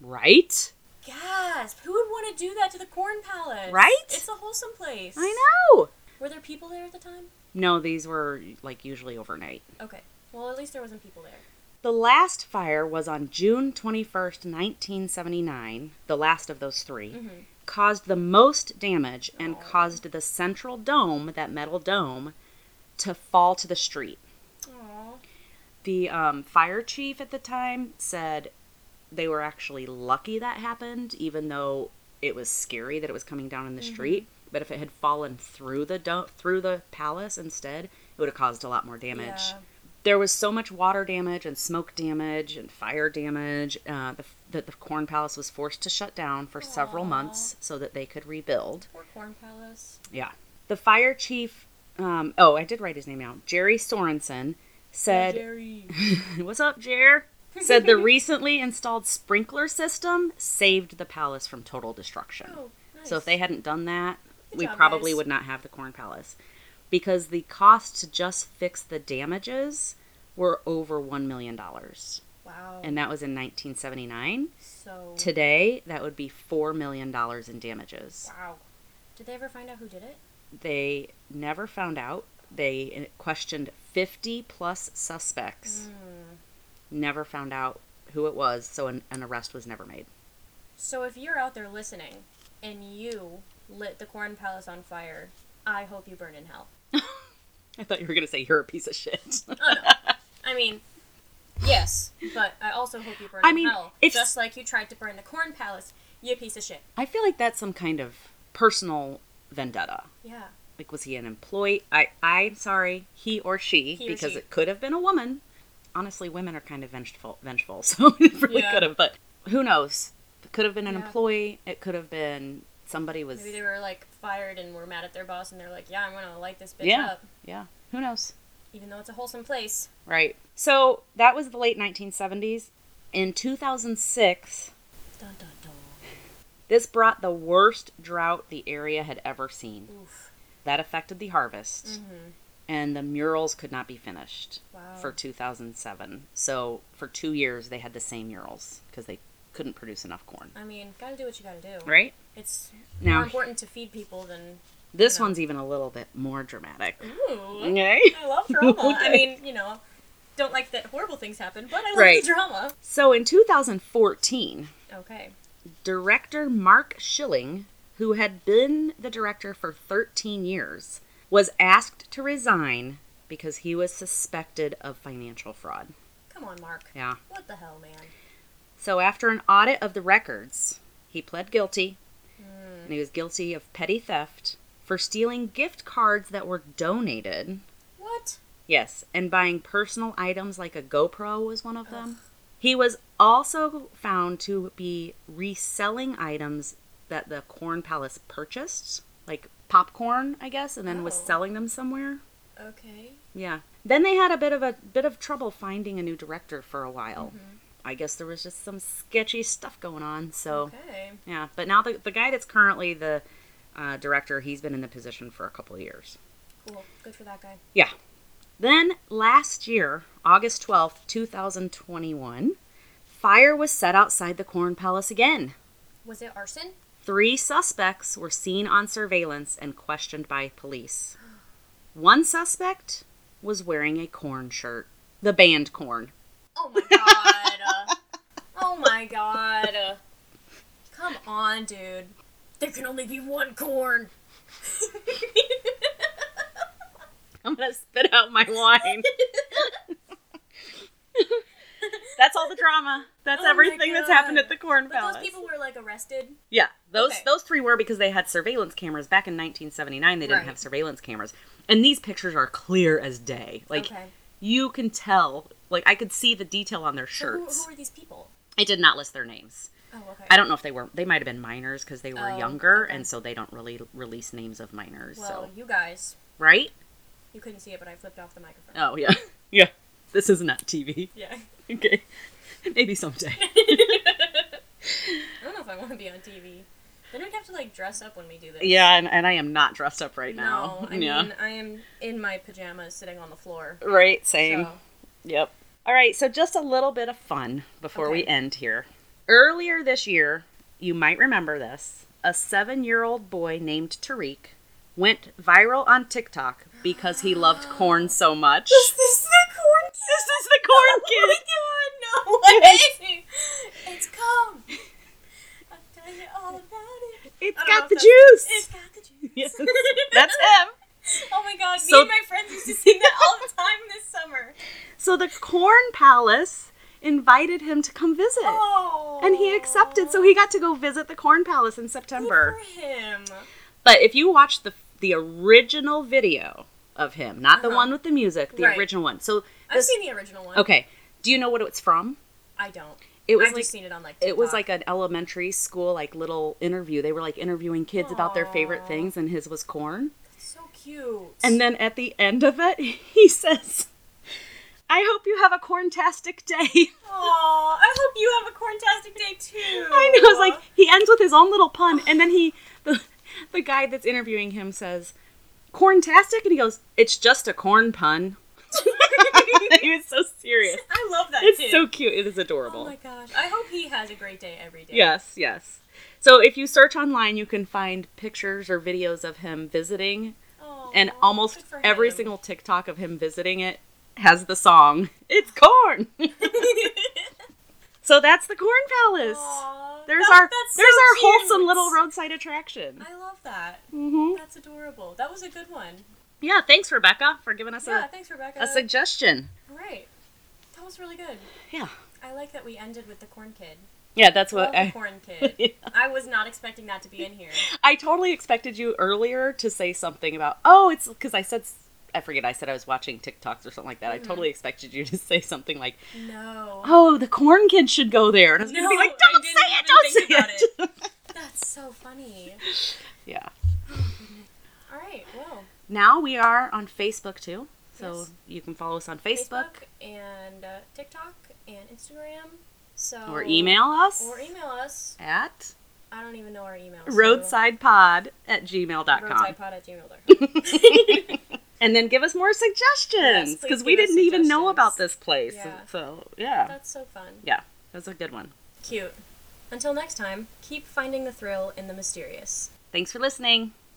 Speaker 1: right?
Speaker 2: Gasp! Who would want to do that to the Corn Palace?
Speaker 1: Right?
Speaker 2: It's a wholesome place.
Speaker 1: I know.
Speaker 2: Were there people there at the time?
Speaker 1: No, these were like usually overnight.
Speaker 2: Okay. Well, at least there wasn't people there.
Speaker 1: The last fire was on June 21st, 1979, the last of those 3 caused the most damage and caused the central dome, that metal dome, to fall to the street.
Speaker 2: Aww.
Speaker 1: The um, fire chief at the time said they were actually lucky that happened, even though it was scary that it was coming down in
Speaker 2: Mm-hmm.
Speaker 1: the street. But if it had fallen through the do- through the palace instead, it would have caused a lot more damage.
Speaker 2: Yeah.
Speaker 1: There was so much water damage and smoke damage and fire damage uh, the, that the corn palace was forced to shut down for several
Speaker 2: Aw.
Speaker 1: months so that they could rebuild.
Speaker 2: Poor Corn Palace.
Speaker 1: Yeah. The fire chief, um, oh, I did write his name out. Jerry Sorensen said,
Speaker 2: Jerry.
Speaker 1: (laughs) What's up, Jer? Said
Speaker 2: (laughs)
Speaker 1: the recently installed sprinkler system saved the palace from total destruction.
Speaker 2: Oh, nice.
Speaker 1: So if they hadn't done that,
Speaker 2: Good
Speaker 1: we
Speaker 2: job,
Speaker 1: probably
Speaker 2: guys.
Speaker 1: would not have the corn palace because the cost to just fix the damages were over 1 million dollars.
Speaker 2: Wow.
Speaker 1: And that was in 1979.
Speaker 2: Oh. so.
Speaker 1: Today, that would be 4 million dollars in damages.
Speaker 2: wow. Did they ever find out who did it?
Speaker 1: They never found out. They questioned 50 plus suspects.
Speaker 2: Hmm.
Speaker 1: Never found out who it was, so an, an arrest was never made.
Speaker 2: So if you're out there listening and you lit the Corn Palace on fire, I hope you burn in hell.
Speaker 1: I thought you were going to say you're a piece of shit. (laughs)
Speaker 2: I mean, yes, but I also hope you burn
Speaker 1: I
Speaker 2: in
Speaker 1: mean,
Speaker 2: hell.
Speaker 1: if-
Speaker 2: Just like you tried to burn the Corn Palace, you piece of shit.
Speaker 1: I feel like that's some kind of personal vendetta.
Speaker 2: Yeah.
Speaker 1: Like, was he an employee? I, I'm sorry, he or she,
Speaker 2: He or
Speaker 1: because
Speaker 2: she.
Speaker 1: it could have been a woman. Honestly, women are kind of vengeful, vengeful (laughs) so it really
Speaker 2: Yeah.
Speaker 1: could have, but who knows? It could have been an
Speaker 2: Yeah.
Speaker 1: employee. It could have been somebody was.
Speaker 2: Maybe they were like fired and were mad at their boss and they're like, yeah, I'm gonna light this bitch
Speaker 1: Yeah.
Speaker 2: up,
Speaker 1: Yeah, who knows?
Speaker 2: even though it's a wholesome place.
Speaker 1: Right. So that was the late 1970s. In 2006,
Speaker 2: Dun dun dun.
Speaker 1: this brought the worst drought the area had ever seen.
Speaker 2: Oof.
Speaker 1: That affected the harvest, and the murals could not be finished
Speaker 2: Mm-hmm. Wow.
Speaker 1: for 2007. So for two years, they had the same murals because they couldn't produce enough corn.
Speaker 2: I mean, gotta do what you gotta do.
Speaker 1: Right?
Speaker 2: It's more
Speaker 1: Now,
Speaker 2: important to feed people than.
Speaker 1: this
Speaker 2: No.
Speaker 1: one's even a little bit more dramatic.
Speaker 2: Mm-hmm.
Speaker 1: (laughs)
Speaker 2: Ooh.
Speaker 1: Okay.
Speaker 2: I love drama. I
Speaker 1: Okay.
Speaker 2: mean, you know, don't like that horrible things happen, but I love
Speaker 1: Right.
Speaker 2: the drama.
Speaker 1: So in 2014,
Speaker 2: Okay.
Speaker 1: director Mark Schilling, who had been the director for 13 years, was asked to resign because he was suspected of financial fraud.
Speaker 2: Come on, Mark.
Speaker 1: Yeah.
Speaker 2: What the hell, man?
Speaker 1: So after an audit of the records, he pled guilty and he was guilty of petty theft for stealing gift cards that were donated.
Speaker 2: What?
Speaker 1: Yes, and buying personal items like a GoPro was one of them. He was also found to be reselling items that the Corn Palace purchased, like popcorn, I guess, and then was
Speaker 2: Oh.
Speaker 1: selling them somewhere.
Speaker 2: Okay.
Speaker 1: Yeah. Then they had a bit of a bit of trouble finding a new director for a while.
Speaker 2: Mm-hmm.
Speaker 1: I guess there was just some sketchy stuff going on, so
Speaker 2: Okay.
Speaker 1: yeah, but now the the guy that's currently the uh, director, he's been in the position for a couple of years.
Speaker 2: Cool. Good for that guy.
Speaker 1: Yeah. Then last year, August 12th, 2021, fire was set outside the Corn Palace again.
Speaker 2: Was it arson?
Speaker 1: Three suspects were seen on surveillance and questioned by police. One suspect was wearing a corn shirt, the band corn. (laughs)
Speaker 2: Oh my god. oh my god. Come on, dude. There can only be one corn.
Speaker 1: I'm gonna spit out my wine. that's all the drama. That's
Speaker 2: Oh my
Speaker 1: everything that's happened
Speaker 2: God.
Speaker 1: at the Corn
Speaker 2: But
Speaker 1: Palace.
Speaker 2: those people were like arrested.
Speaker 1: yeah, Those
Speaker 2: Okay.
Speaker 1: those three were because they had surveillance cameras back in 1979. They didn't
Speaker 2: Right.
Speaker 1: have surveillance cameras, and these pictures are clear as day. Like
Speaker 2: Okay.
Speaker 1: you can tell. Like I could see the detail on their
Speaker 2: So who,
Speaker 1: shirts.
Speaker 2: who are these people?
Speaker 1: I did not list their names.
Speaker 2: Oh, okay.
Speaker 1: I don't know if they were. They might have been minors because they were
Speaker 2: Oh,
Speaker 1: younger,
Speaker 2: okay.
Speaker 1: and so they don't really release names of minors.
Speaker 2: well,
Speaker 1: so
Speaker 2: you guys,
Speaker 1: right?
Speaker 2: you couldn't see it, but I flipped off the microphone.
Speaker 1: Oh yeah, (laughs) yeah. This is not TV.
Speaker 2: Yeah.
Speaker 1: (laughs)
Speaker 2: (laughs)
Speaker 1: Okay, maybe someday.
Speaker 2: I don't know if I want to be on TV. Then we'd have to like dress up when we do this.
Speaker 1: yeah, and, and I am not dressed up right now.
Speaker 2: No, I
Speaker 1: yeah.
Speaker 2: mean I am in my pajamas sitting on the floor.
Speaker 1: Right, same.
Speaker 2: So (laughs)
Speaker 1: Yep. All right, so just a little bit of fun before we
Speaker 2: Okay.
Speaker 1: end here. Earlier this year, you might remember this, a seven year old boy named Tariq went viral on TikTok because he loved corn so much.
Speaker 2: Is this the corn kid?
Speaker 1: This is
Speaker 2: (laughs)
Speaker 1: the corn kid.
Speaker 2: Oh my god, no way! it's come! (laughs) I'll tell you all about it.
Speaker 1: It's
Speaker 2: I don't know
Speaker 1: got
Speaker 2: if
Speaker 1: the
Speaker 2: that's- It's
Speaker 1: juice.
Speaker 2: got the juice. (laughs)
Speaker 1: Yes, that's him.
Speaker 2: Oh my god,
Speaker 1: So-
Speaker 2: me and my friends used to sing that all the time this summer.
Speaker 1: So the corn palace invited him to come visit.
Speaker 2: Oh.
Speaker 1: (laughs) And he accepted, so he got to go visit the corn palace in
Speaker 2: Good
Speaker 1: September.
Speaker 2: for him.
Speaker 1: But if you watch the the original video of him, not the
Speaker 2: Uh-huh.
Speaker 1: one with the music, the
Speaker 2: Right.
Speaker 1: original one. So
Speaker 2: I've
Speaker 1: this,
Speaker 2: seen the original one.
Speaker 1: okay, do you know what it's from?
Speaker 2: I don't.
Speaker 1: It was
Speaker 2: I've
Speaker 1: like
Speaker 2: just seen it on like
Speaker 1: it was
Speaker 2: TikTok.
Speaker 1: like an elementary school like little interview. They were like interviewing kids about their favorite
Speaker 2: Aw.
Speaker 1: things, and his was corn.
Speaker 2: so cute.
Speaker 1: And then at the end of it, (laughs) he says, "I hope you have a corntastic day." (laughs)
Speaker 2: Aw, I hope you have a corntastic day too.
Speaker 1: I know. It's like he ends with his own little pun, and then he, the, the guy that's interviewing him says, "Corntastic," and he goes, "It's just a corn pun." (laughs) he was so serious.
Speaker 2: (laughs) I love that
Speaker 1: It's
Speaker 2: kid.
Speaker 1: so cute. It is
Speaker 2: Oh
Speaker 1: adorable.
Speaker 2: my gosh. I hope he has a great day every day.
Speaker 1: yes, yes. So if you search online, you can find pictures or videos of him visiting,
Speaker 2: Aw,
Speaker 1: and almost
Speaker 2: Oh, good for
Speaker 1: every
Speaker 2: him.
Speaker 1: single TikTok of him visiting it has the song "It's Corn." (laughs) so that's the Corn Palace.
Speaker 2: Aw,
Speaker 1: There's
Speaker 2: that-
Speaker 1: our
Speaker 2: that's so
Speaker 1: there's our
Speaker 2: cute.
Speaker 1: wholesome little roadside attraction.
Speaker 2: I love that.
Speaker 1: hmm
Speaker 2: That's adorable. That was a good one.
Speaker 1: Yeah, thanks Rebecca for giving us
Speaker 2: yeah, thanks, Rebecca.
Speaker 1: a, a suggestion.
Speaker 2: Great. That was really good.
Speaker 1: Yeah,
Speaker 2: I like that we ended with the corn kid.
Speaker 1: yeah, that's
Speaker 2: Love
Speaker 1: what
Speaker 2: the
Speaker 1: I, (laughs)
Speaker 2: corn kid. I was not expecting that to be in here.
Speaker 1: I totally expected you earlier to say something about. Oh, it's because I said s- I forget I said I was watching TikToks or something like
Speaker 2: Mm-hmm.
Speaker 1: that. I totally expected you to (laughs) say something like,
Speaker 2: No.
Speaker 1: "Oh, the corn kid should go there," and I was gonna be
Speaker 2: No,
Speaker 1: like,
Speaker 2: I
Speaker 1: "Don't say
Speaker 2: didn't
Speaker 1: it!
Speaker 2: even
Speaker 1: Don't say
Speaker 2: think about
Speaker 1: it!"
Speaker 2: That's so funny.
Speaker 1: (laughs) yeah.
Speaker 2: All right. Well,
Speaker 1: Now we are on Facebook too, so
Speaker 2: Yes.
Speaker 1: you can follow us on
Speaker 2: Facebook,
Speaker 1: Facebook,
Speaker 2: and uh, TikTok and Instagram. So
Speaker 1: or email us
Speaker 2: uh, Or email us.
Speaker 1: at
Speaker 2: I don't even know our email. so-
Speaker 1: roadsidepod at gmail.com.
Speaker 2: Roadsidepod at gmail.com.
Speaker 1: (laughs) and then give us more suggestions
Speaker 2: Yes, please
Speaker 1: because we
Speaker 2: give us
Speaker 1: didn't even know
Speaker 2: suggestions.
Speaker 1: about this place.
Speaker 2: Yeah.
Speaker 1: So yeah,
Speaker 2: That's so fun.
Speaker 1: yeah, that's a good one.
Speaker 2: Cute. Until next time, keep finding the thrill in the mysterious.
Speaker 1: Thanks for listening.